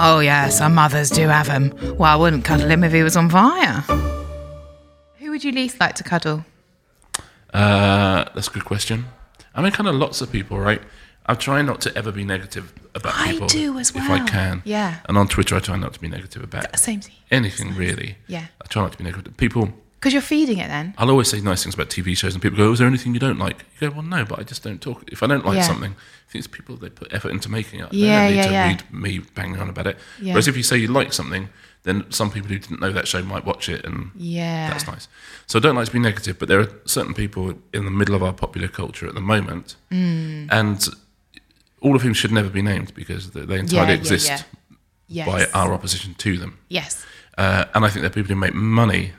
[SPEAKER 2] Oh, yeah. Some mothers do have him. Well, I wouldn't cuddle him if he was on fire. Who would you least like to cuddle?
[SPEAKER 3] Uh, that's a good question. I mean, kind of lots of people, right? I try not to ever be negative about
[SPEAKER 2] I
[SPEAKER 3] people
[SPEAKER 2] do as
[SPEAKER 3] if I
[SPEAKER 2] well.
[SPEAKER 3] can.
[SPEAKER 2] Yeah.
[SPEAKER 3] And on Twitter, I try not to be negative about
[SPEAKER 2] Same thing.
[SPEAKER 3] anything really.
[SPEAKER 2] Yeah.
[SPEAKER 3] I try not to be negative. People.
[SPEAKER 2] Because you're feeding it then.
[SPEAKER 3] I'll always say nice things about TV shows, and people go, "Oh, "Is there anything you don't like?" You go, "Well, no, but I just don't talk. If I don't like
[SPEAKER 2] Yeah.
[SPEAKER 3] something, I think it's people they put effort into making it.
[SPEAKER 2] Yeah,
[SPEAKER 3] they don't need
[SPEAKER 2] yeah,
[SPEAKER 3] to
[SPEAKER 2] yeah.
[SPEAKER 3] read me banging on about it.
[SPEAKER 2] Yeah.
[SPEAKER 3] Whereas if you say you like something, then some people who didn't know that show might watch it, and
[SPEAKER 2] Yeah.
[SPEAKER 3] that's nice. So I don't like to be negative, but there are certain people in the middle of our popular culture at the moment,
[SPEAKER 2] Mm.
[SPEAKER 3] and all of whom should never be named because they, they entirely exist
[SPEAKER 2] yeah.
[SPEAKER 3] by
[SPEAKER 2] Yes.
[SPEAKER 3] our opposition to them.
[SPEAKER 2] Yes.
[SPEAKER 3] Uh, and I think they're people who make money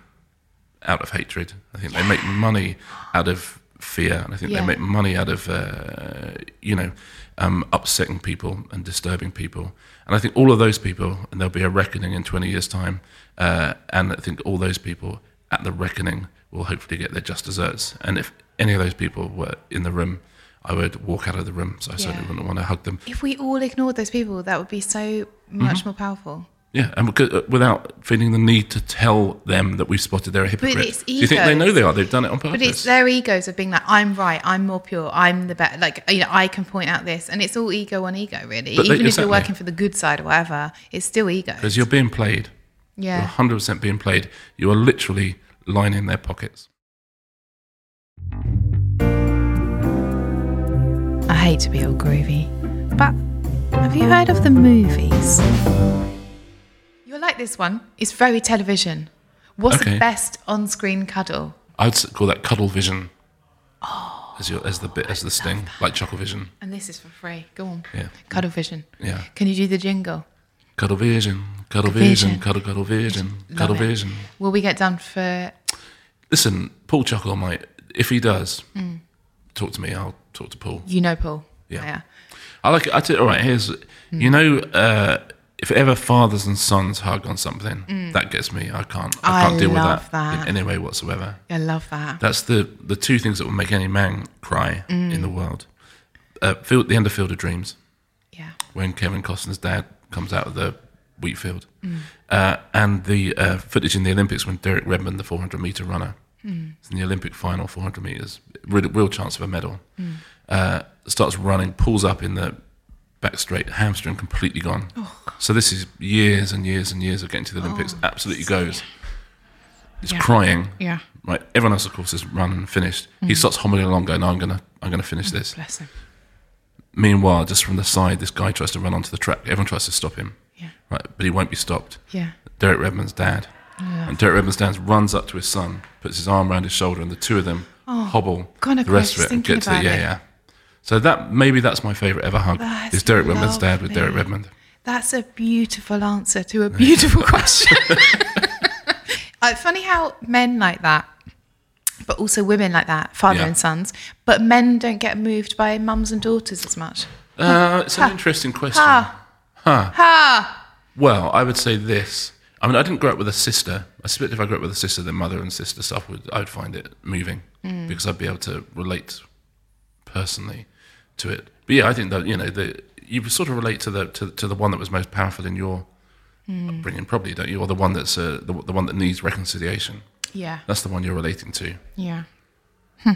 [SPEAKER 3] out of hatred. I think they make money out of fear. And I think
[SPEAKER 2] Yeah.
[SPEAKER 3] they make money out of, uh, you know, um, upsetting people and disturbing people. And I think all of those people, and there'll be a reckoning in 20 years' time. Uh, and I think all those people at the reckoning will hopefully get their just desserts. And if any of those people were in the room, I would walk out of the room. So I certainly
[SPEAKER 2] Yeah.
[SPEAKER 3] wouldn't want to hug them.
[SPEAKER 2] If we all ignored those people, that would be so
[SPEAKER 3] Mm-hmm.
[SPEAKER 2] much more powerful.
[SPEAKER 3] Yeah, and because, uh, without feeling the need to tell them that we've spotted they're a hypocrite.
[SPEAKER 2] it's
[SPEAKER 3] Do you think they
[SPEAKER 2] ego.
[SPEAKER 3] know they are? They've done it on purpose.
[SPEAKER 2] But it's their egos of being like, I'm right, I'm more pure, I'm the better. Like, you know, I can point out this, and it's all ego on ego, really.
[SPEAKER 3] But they-
[SPEAKER 2] Even if
[SPEAKER 3] exactly.
[SPEAKER 2] you're working for the good side or whatever, it's still ego.
[SPEAKER 3] Because you're being played. You're
[SPEAKER 2] Yeah.
[SPEAKER 3] 100% being played. You are literally lining their pockets.
[SPEAKER 2] I hate to be all groovy, but have you heard of the movies? You're like this one. It's very television. What's
[SPEAKER 3] Okay.
[SPEAKER 2] the best on-screen cuddle?
[SPEAKER 3] I would s- call that cuddle vision. Oh, as, your, as the bit as the sting, like chuckle vision.
[SPEAKER 2] And this is for free. Go on.
[SPEAKER 3] Yeah.
[SPEAKER 2] Cuddle vision.
[SPEAKER 3] Yeah.
[SPEAKER 2] Can you do the jingle?
[SPEAKER 3] Cuddle vision, cuddle
[SPEAKER 2] Vision.
[SPEAKER 3] vision, cuddle cuddle vision,
[SPEAKER 2] Love
[SPEAKER 3] cuddle
[SPEAKER 2] it.
[SPEAKER 3] vision.
[SPEAKER 2] Will we get done for?
[SPEAKER 3] Listen, Paul Chuckle might if he does
[SPEAKER 2] Mm.
[SPEAKER 3] talk to me, I'll talk to Paul.
[SPEAKER 2] You know, Paul. Oh,
[SPEAKER 3] Yeah. I like it. I tell you, all right, here's
[SPEAKER 2] Hmm.
[SPEAKER 3] you know, uh, if ever fathers and sons hug on something, that gets me. I can't I
[SPEAKER 2] Hmm. I
[SPEAKER 3] can't deal
[SPEAKER 2] love
[SPEAKER 3] with that,
[SPEAKER 2] that.
[SPEAKER 3] in any way whatsoever.
[SPEAKER 2] I love that.
[SPEAKER 3] That's the the two things that will make any man cry
[SPEAKER 2] Hmm.
[SPEAKER 3] in the world. Uh, Field, the end of Field of Dreams,
[SPEAKER 2] Yeah.
[SPEAKER 3] when Kevin Costner's dad comes out of the wheat field, uh, and the uh, footage in the Olympics when Derek Redmond, the 400 meter runner, is in the Olympic final, 400 meters, real, real chance of a medal, uh, starts running, pulls up in the back straight, hamstring completely gone. So this is years and years and years of getting to the Olympics. Absolutely goes. He's crying.
[SPEAKER 2] Yeah.
[SPEAKER 3] Right. Everyone else, of course, has run and finished. He starts hobbling along, going, no, "I'm gonna, I'm gonna finish this."
[SPEAKER 2] Bless him.
[SPEAKER 3] Meanwhile, just from the side, this guy tries to run onto the track. Everyone tries to stop him.
[SPEAKER 2] Yeah.
[SPEAKER 3] Right, but he won't be stopped.
[SPEAKER 2] Yeah.
[SPEAKER 3] Derek Redmond's dad. And Derek Redmond's dad runs up to his son, puts his arm around his shoulder, and the two of them hobble
[SPEAKER 2] Oh, God, I
[SPEAKER 3] the rest of
[SPEAKER 2] was
[SPEAKER 3] it and
[SPEAKER 2] thinking
[SPEAKER 3] get to the
[SPEAKER 2] about
[SPEAKER 3] yeah,
[SPEAKER 2] it.
[SPEAKER 3] yeah. So that maybe that's my favourite ever hug
[SPEAKER 2] That's
[SPEAKER 3] is Derek Redmond's dad with Derek
[SPEAKER 2] lovely.
[SPEAKER 3] Redmond.
[SPEAKER 2] That's a beautiful answer to a beautiful question. uh, funny how men like that, but also women like that, father
[SPEAKER 3] Yeah.
[SPEAKER 2] and sons, but men don't get moved by mums and daughters as much.
[SPEAKER 3] Uh, it's an interesting question.
[SPEAKER 2] Ha. Ha!
[SPEAKER 3] Well, I would say this. I mean, I didn't grow up with a sister. I suspect if I grew up with a sister, then mother and sister stuff would I would find it moving because I'd be able to relate personally to it. But yeah, I think that you know the you sort of relate to the to, to the one that was most powerful in your upbringing, probably, don't you? Or the one that's uh, the the one that needs reconciliation.
[SPEAKER 2] Yeah.
[SPEAKER 3] That's the one you're relating to.
[SPEAKER 2] Yeah. Hmm.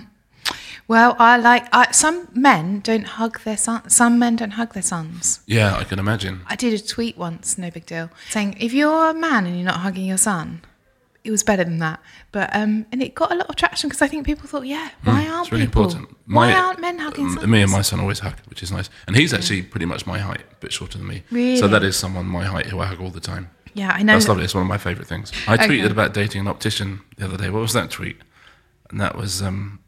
[SPEAKER 2] Well, I like I, some men don't hug their son. Some men don't hug their sons.
[SPEAKER 3] Yeah, I can imagine.
[SPEAKER 2] I did a tweet once, no big deal, saying if you're a man and you're not hugging your son, it was better than that. But um, and it got a lot of traction because I think people thought, yeah, why aren't
[SPEAKER 3] Hmm, it's really
[SPEAKER 2] people?
[SPEAKER 3] important.
[SPEAKER 2] Why
[SPEAKER 3] My-
[SPEAKER 2] aren't men hugging
[SPEAKER 3] um,
[SPEAKER 2] sons?
[SPEAKER 3] Me and my son always hug, which is nice. And he's actually pretty much my height, a bit shorter than me. So
[SPEAKER 2] Really?
[SPEAKER 3] that is someone my height who I hug all the time.
[SPEAKER 2] yeah, I know.
[SPEAKER 3] That's lovely. It's one of my favourite things. I
[SPEAKER 2] Okay.
[SPEAKER 3] tweeted about dating an optician the other day. What was that tweet? And that was, um,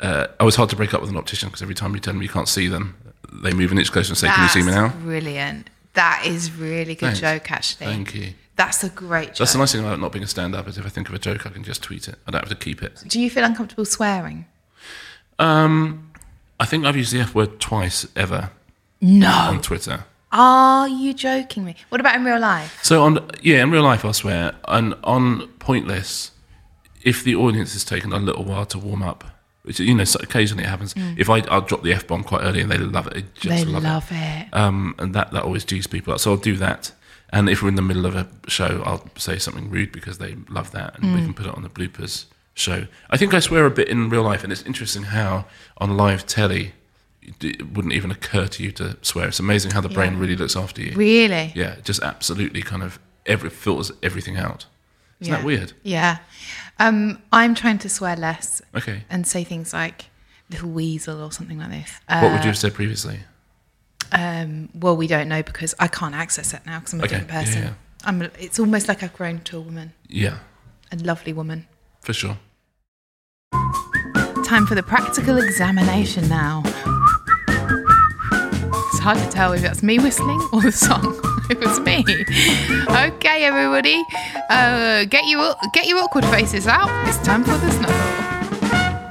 [SPEAKER 3] uh, I was hard to break up with an optician because every time you tell them you can't see them, they move an inch closer and say, "Can you see me
[SPEAKER 2] That's
[SPEAKER 3] now?"
[SPEAKER 2] Brilliant. That is really good
[SPEAKER 3] Thanks.
[SPEAKER 2] joke, actually.
[SPEAKER 3] Thank you.
[SPEAKER 2] That's a great joke.
[SPEAKER 3] That's the nice thing about not being a stand-up is if I think of a joke, I can just tweet it. I don't have to keep it.
[SPEAKER 2] Do you feel uncomfortable swearing?
[SPEAKER 3] Um, I think I've used the F word twice ever
[SPEAKER 2] No.
[SPEAKER 3] on Twitter.
[SPEAKER 2] Are you joking me? What about in real life?
[SPEAKER 3] So on yeah, in real life, I swear, and on Pointless, if the audience has taken a little while to warm up, which you know so occasionally it happens. If I I'll drop the f bomb quite early and they love it, they just
[SPEAKER 2] Mm. they
[SPEAKER 3] love,
[SPEAKER 2] love it.
[SPEAKER 3] it. Um, and that that always G's people up. So I'll do that. And if we're in the middle of a show, I'll say something rude because they love that, and
[SPEAKER 2] Mm.
[SPEAKER 3] we can put it on the bloopers show. I think I swear a bit in real life, and it's interesting how on live telly it wouldn't even occur to you to swear. It's amazing how the brain really looks after you.
[SPEAKER 2] Really?
[SPEAKER 3] Yeah, just absolutely kind of every filters everything out. Isn't that
[SPEAKER 2] Yeah.
[SPEAKER 3] weird?
[SPEAKER 2] Yeah. Um, I'm trying to swear less
[SPEAKER 3] Okay.
[SPEAKER 2] and say things like little weasel or something like this.
[SPEAKER 3] what would you have said previously?
[SPEAKER 2] Um, well, we don't know because I can't access it now because I'm a
[SPEAKER 3] Okay.
[SPEAKER 2] different
[SPEAKER 3] Yeah,
[SPEAKER 2] person.
[SPEAKER 3] yeah.
[SPEAKER 2] I'm, it's almost like I've grown to a woman,
[SPEAKER 3] Yeah,
[SPEAKER 2] a lovely woman.
[SPEAKER 3] for sure.
[SPEAKER 2] Time for the practical examination now. It's hard to tell if that's me whistling or the song. It was me. Okay, everybody, uh, get your get your awkward faces out. It's time for the snuggle.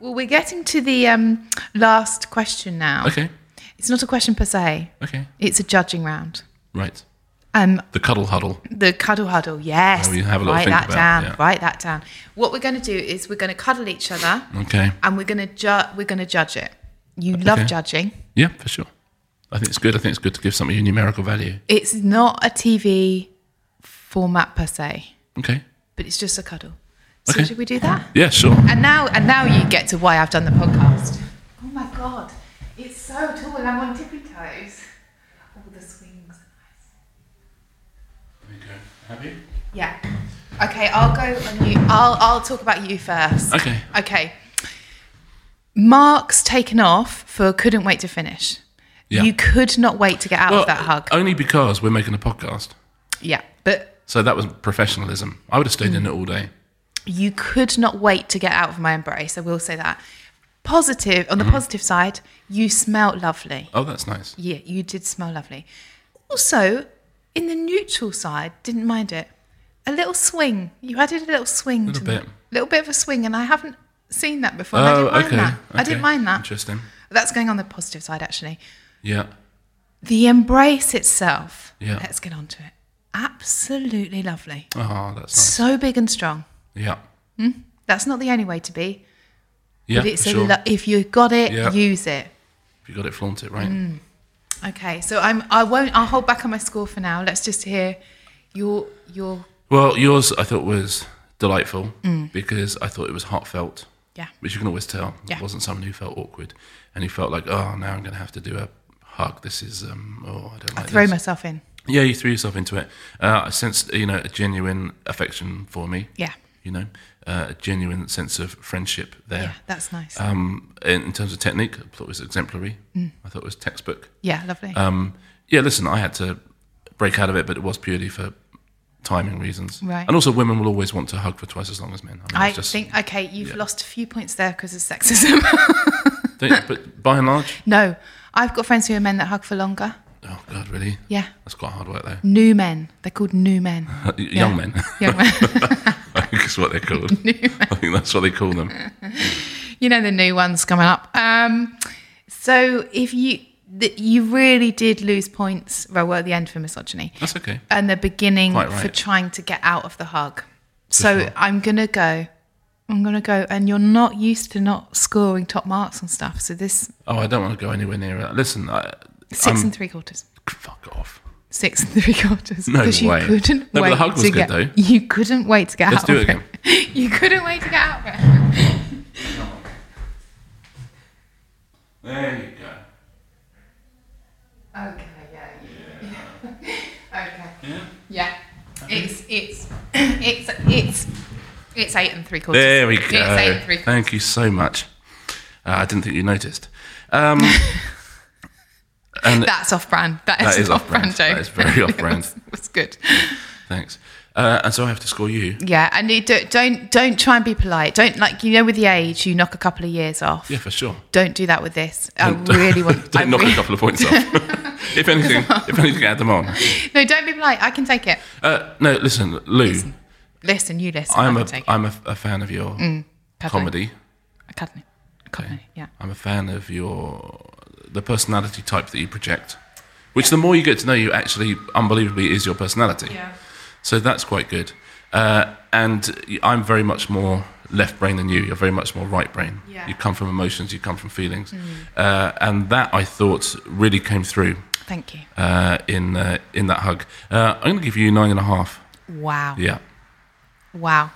[SPEAKER 2] Well, we're getting to the um, last question now.
[SPEAKER 3] Okay.
[SPEAKER 2] It's not a question per se.
[SPEAKER 3] Okay.
[SPEAKER 2] It's a judging round.
[SPEAKER 3] Right.
[SPEAKER 2] Um,
[SPEAKER 3] The cuddle huddle.
[SPEAKER 2] the cuddle huddle, yes.
[SPEAKER 3] Oh, you have a little
[SPEAKER 2] Write
[SPEAKER 3] think
[SPEAKER 2] that
[SPEAKER 3] about,
[SPEAKER 2] down.
[SPEAKER 3] yeah.
[SPEAKER 2] Write that down. What we're going to do is we're going to cuddle each other,
[SPEAKER 3] Okay.
[SPEAKER 2] and we're going to ju- we're going to judge it. You love
[SPEAKER 3] Okay.
[SPEAKER 2] judging.
[SPEAKER 3] Yeah, for sure. I think it's good. I think it's good to give something a numerical value.
[SPEAKER 2] It's not a TV format per se,
[SPEAKER 3] Okay.
[SPEAKER 2] but it's just a cuddle. So
[SPEAKER 3] Okay.
[SPEAKER 2] should we do that?
[SPEAKER 3] Yeah, sure.
[SPEAKER 2] And now, and now you get to why I've done the podcast. Oh my god, it's so tall, and I'm on tippy toes. All the swings.
[SPEAKER 3] Happy?
[SPEAKER 2] Yeah. Okay, I'll go on you. I'll I'll talk about you first.
[SPEAKER 3] Okay.
[SPEAKER 2] Okay. Marks taken off for couldn't wait to finish.
[SPEAKER 3] Yeah.
[SPEAKER 2] You could not wait to get out
[SPEAKER 3] Well,
[SPEAKER 2] of that hug.
[SPEAKER 3] Only because we're making a podcast.
[SPEAKER 2] yeah, but
[SPEAKER 3] So that was professionalism. I would have stayed in it all day.
[SPEAKER 2] you could not wait to get out of my embrace. I will say that. Positive
[SPEAKER 3] Mm-hmm.
[SPEAKER 2] on the positive side, you smelt lovely.
[SPEAKER 3] Oh, that's nice.
[SPEAKER 2] Yeah, you did smell lovely. Also, in the neutral side, didn't mind it. A little swing. You added a little swing
[SPEAKER 3] Little
[SPEAKER 2] to
[SPEAKER 3] bit.
[SPEAKER 2] that. little bit of a swing, and I haven't seen that before. and I
[SPEAKER 3] Oh,
[SPEAKER 2] didn't mind
[SPEAKER 3] okay.
[SPEAKER 2] that. I
[SPEAKER 3] okay.
[SPEAKER 2] didn't mind that.
[SPEAKER 3] Interesting.
[SPEAKER 2] That's going on the positive side, actually.
[SPEAKER 3] Yeah.
[SPEAKER 2] The embrace itself.
[SPEAKER 3] Yeah.
[SPEAKER 2] Let's get on to it. Absolutely lovely.
[SPEAKER 3] Oh, that's nice.
[SPEAKER 2] So big and strong.
[SPEAKER 3] Yeah.
[SPEAKER 2] That's not the only way to be,
[SPEAKER 3] Yeah,
[SPEAKER 2] but it's
[SPEAKER 3] for sure.
[SPEAKER 2] a lo- if you got it,
[SPEAKER 3] Yeah.
[SPEAKER 2] use it.
[SPEAKER 3] if you got it, flaunt it, right?
[SPEAKER 2] Okay, so I'm. I won't. I'll hold back on my score for now. Let's just hear your your
[SPEAKER 3] Well, yours I thought was delightful
[SPEAKER 2] Mm.
[SPEAKER 3] because I thought it was heartfelt,
[SPEAKER 2] yeah.
[SPEAKER 3] which you can always tell.
[SPEAKER 2] Yeah.
[SPEAKER 3] It wasn't someone who felt awkward and who felt like, oh, now I'm going to have to do a hug. This is, um, oh, I don't like
[SPEAKER 2] Throw
[SPEAKER 3] this.
[SPEAKER 2] myself in.
[SPEAKER 3] Yeah, you threw yourself into it. Uh, I sensed, you know, a genuine affection for me.
[SPEAKER 2] Yeah.
[SPEAKER 3] You know, uh, a genuine sense of friendship there.
[SPEAKER 2] Yeah, that's nice.
[SPEAKER 3] Um, in, in terms of technique, I thought it was exemplary.
[SPEAKER 2] Mm.
[SPEAKER 3] I thought it was textbook.
[SPEAKER 2] yeah, lovely.
[SPEAKER 3] Um, yeah, listen, I had to break out of it, but it was purely for timing reasons.
[SPEAKER 2] Right.
[SPEAKER 3] And also, women will always want to hug for twice as long as men. mean,
[SPEAKER 2] I
[SPEAKER 3] it's just-
[SPEAKER 2] think okay, you've lost a few points there because of sexism.
[SPEAKER 3] Don't you, but by and large,
[SPEAKER 2] no, I've got friends who are men that hug for longer.
[SPEAKER 3] oh god, really?
[SPEAKER 2] Yeah,
[SPEAKER 3] That's quite hard work, though. Uh,
[SPEAKER 2] new men. They're called new men.
[SPEAKER 3] Young men.
[SPEAKER 2] Young men.
[SPEAKER 3] I think that's what they're called. I think that's what they call them.
[SPEAKER 2] you know the new ones coming up. Um, so if you th- you really did lose points, well, at the end for misogyny
[SPEAKER 3] That's okay.
[SPEAKER 2] and the beginning
[SPEAKER 3] Quite
[SPEAKER 2] for
[SPEAKER 3] right.
[SPEAKER 2] trying to get out of the hug. So
[SPEAKER 3] sure.
[SPEAKER 2] I'm gonna go. I'm gonna go, and you're not used to not scoring top marks and stuff. So this
[SPEAKER 3] Oh, I don't want to go anywhere near it. Listen, I,
[SPEAKER 2] 6
[SPEAKER 3] I'm-
[SPEAKER 2] and three quarters.
[SPEAKER 3] Fuck off.
[SPEAKER 2] Six and three quarters.
[SPEAKER 3] No
[SPEAKER 2] 'Cause
[SPEAKER 3] way.
[SPEAKER 2] You couldn't
[SPEAKER 3] No, but the
[SPEAKER 2] wait
[SPEAKER 3] hug was
[SPEAKER 2] to
[SPEAKER 3] good,
[SPEAKER 2] get,
[SPEAKER 3] though.
[SPEAKER 2] You couldn't wait to get
[SPEAKER 3] Let's
[SPEAKER 2] out
[SPEAKER 3] do
[SPEAKER 2] of
[SPEAKER 3] it again.
[SPEAKER 2] it. You couldn't wait to get out of it.
[SPEAKER 3] There you go.
[SPEAKER 2] Okay, yeah. okay. Yeah. It's it's it's it's it's eight and three quarters.
[SPEAKER 3] There we
[SPEAKER 2] It's
[SPEAKER 3] go.
[SPEAKER 2] eight and three quarters.
[SPEAKER 3] Thank you so much. Uh, I didn't think you noticed. Um, and
[SPEAKER 2] That's off brand.
[SPEAKER 3] That
[SPEAKER 2] that is,
[SPEAKER 3] is
[SPEAKER 2] an off brand,
[SPEAKER 3] off-brand. That is very off-brand.
[SPEAKER 2] It was, it was good.
[SPEAKER 3] thanks. Uh, and so I have to score you.
[SPEAKER 2] Yeah, and you don't, don't don't try and be polite. Don't like you know with the age you knock a couple of years off.
[SPEAKER 3] Yeah, for sure.
[SPEAKER 2] Don't do that with this. I really want.
[SPEAKER 3] Don't
[SPEAKER 2] I
[SPEAKER 3] knock
[SPEAKER 2] really-
[SPEAKER 3] a couple of points off. if anything, if anything, add them on.
[SPEAKER 2] No, don't be polite. I can take it.
[SPEAKER 3] Uh, no, listen, Lou.
[SPEAKER 2] Listen, you listen.
[SPEAKER 3] I'm
[SPEAKER 2] I
[SPEAKER 3] a
[SPEAKER 2] can take Mm, it.
[SPEAKER 3] I'm a, a fan of your
[SPEAKER 2] Cuddling.
[SPEAKER 3] comedy.
[SPEAKER 2] A cuddling. A cuddling. Yeah.
[SPEAKER 3] I'm a fan of your the personality type that you project, which the more you get to know you, actually, unbelievably, is your personality.
[SPEAKER 2] Yeah.
[SPEAKER 3] So that's quite good. Uh, and I'm very much more left brain than you. You're very much more right brain.
[SPEAKER 2] Yeah.
[SPEAKER 3] You come from emotions. You come from feelings.
[SPEAKER 2] Mm.
[SPEAKER 3] Uh, and that I thought really came through
[SPEAKER 2] Thank you.
[SPEAKER 3] uh, in uh, in that hug. Uh, I'm going to give you nine and a half.
[SPEAKER 2] Wow.
[SPEAKER 3] Yeah.
[SPEAKER 2] Wow.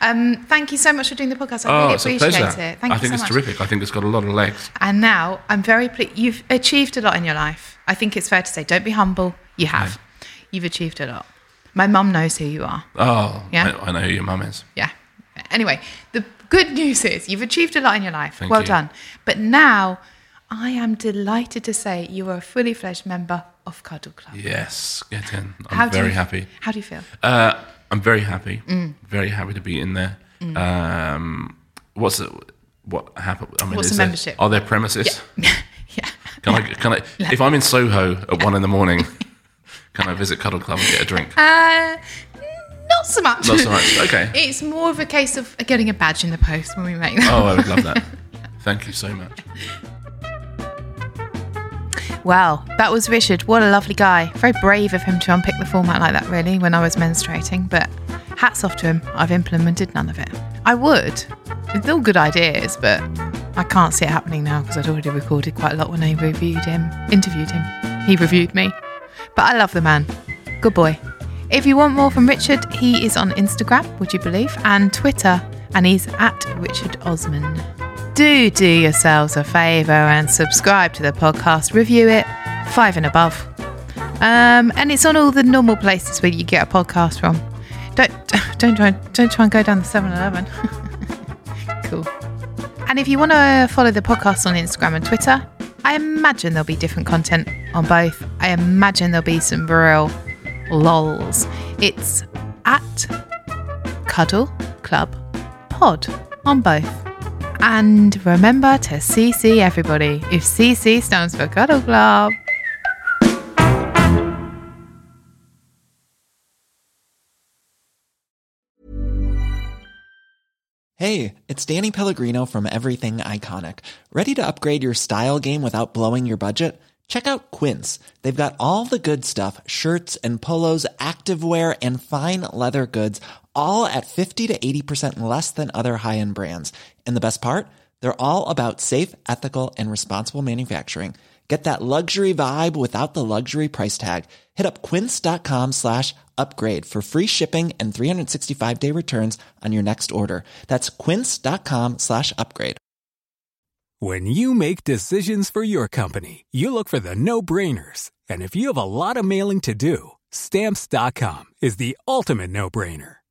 [SPEAKER 2] Um, thank you so much for doing the podcast.
[SPEAKER 3] Oh,
[SPEAKER 2] I really appreciate it. Thank
[SPEAKER 3] I
[SPEAKER 2] you
[SPEAKER 3] think
[SPEAKER 2] so
[SPEAKER 3] it's
[SPEAKER 2] much.
[SPEAKER 3] terrific. I think it's got a lot of legs.
[SPEAKER 2] And now I'm very pleased. You've achieved a lot in your life. I think it's fair to say. Don't be humble. You have. You've achieved a lot. My mum knows who you are.
[SPEAKER 3] Oh,
[SPEAKER 2] Uh, Yeah.
[SPEAKER 3] I, I know who your mum is.
[SPEAKER 2] Yeah. Anyway, the good news is you've achieved a lot in your life.
[SPEAKER 3] Thank
[SPEAKER 2] well
[SPEAKER 3] you.
[SPEAKER 2] done. But now I am delighted to say you are a fully fledged member of Cuddle Club.
[SPEAKER 3] Yes, get in. I'm
[SPEAKER 2] How do
[SPEAKER 3] very
[SPEAKER 2] you- Mm.
[SPEAKER 3] happy.
[SPEAKER 2] How do you feel?
[SPEAKER 3] Uh, I'm very happy. Very happy to be in there.
[SPEAKER 2] Mm.
[SPEAKER 3] Um, what's the, what happened? I mean,
[SPEAKER 2] What's
[SPEAKER 3] is
[SPEAKER 2] the
[SPEAKER 3] there-
[SPEAKER 2] membership?
[SPEAKER 3] Are there premises?
[SPEAKER 2] yeah.
[SPEAKER 3] Can I? Can I? If I'm in Soho at one in the morning, can I visit Cuddle Club and get a drink?
[SPEAKER 2] Uh, not so much.
[SPEAKER 3] Not so much. Okay.
[SPEAKER 2] It's more of a case of getting a badge in the post when we make that.
[SPEAKER 3] Oh, I would love that. Thank you so much.
[SPEAKER 2] Well, that was Richard. What a lovely guy. Very brave of him to unpick the format like that, really, when I was menstruating, but hats off to him. I've implemented none of it. I would. It's all good ideas, but I can't see it happening now because I'd already recorded quite a lot when I reviewed him, interviewed him. He reviewed me. But I love the man. Good boy. If you want more from Richard, he is on Instagram, would you believe, and Twitter, and he's at Richard Osman. Do do yourselves a favour and subscribe to the podcast, review it, five and above. Um, and it's on all the normal places where you get a podcast from. Don't don't try don't try and go down the 7-Eleven. cool. And if you want to follow the podcast on Instagram and Twitter, I imagine there'll be different content on both. I imagine there'll be some real lols. It's at Cuddle Club Pod on both. And remember to CC everybody if CC stands for Cuddle Club.
[SPEAKER 6] Hey, it's Danny Pellegrino from Everything Iconic. Ready to upgrade your style game without blowing your budget? Check out Quince. They've got all the good stuff shirts and polos, activewear, and fine leather goods, all at 50 to 80% less than other high end brands. And the best part? They're all about safe, ethical, and responsible manufacturing. Get that luxury vibe without the luxury price tag. Hit up quince.com slash upgrade for free shipping and 365 day returns on your next order. That's quince.com slash upgrade.
[SPEAKER 7] When you make decisions for your company, you look for the no brainers. And if you have a lot of mailing to do, stamps.com is the ultimate no brainer.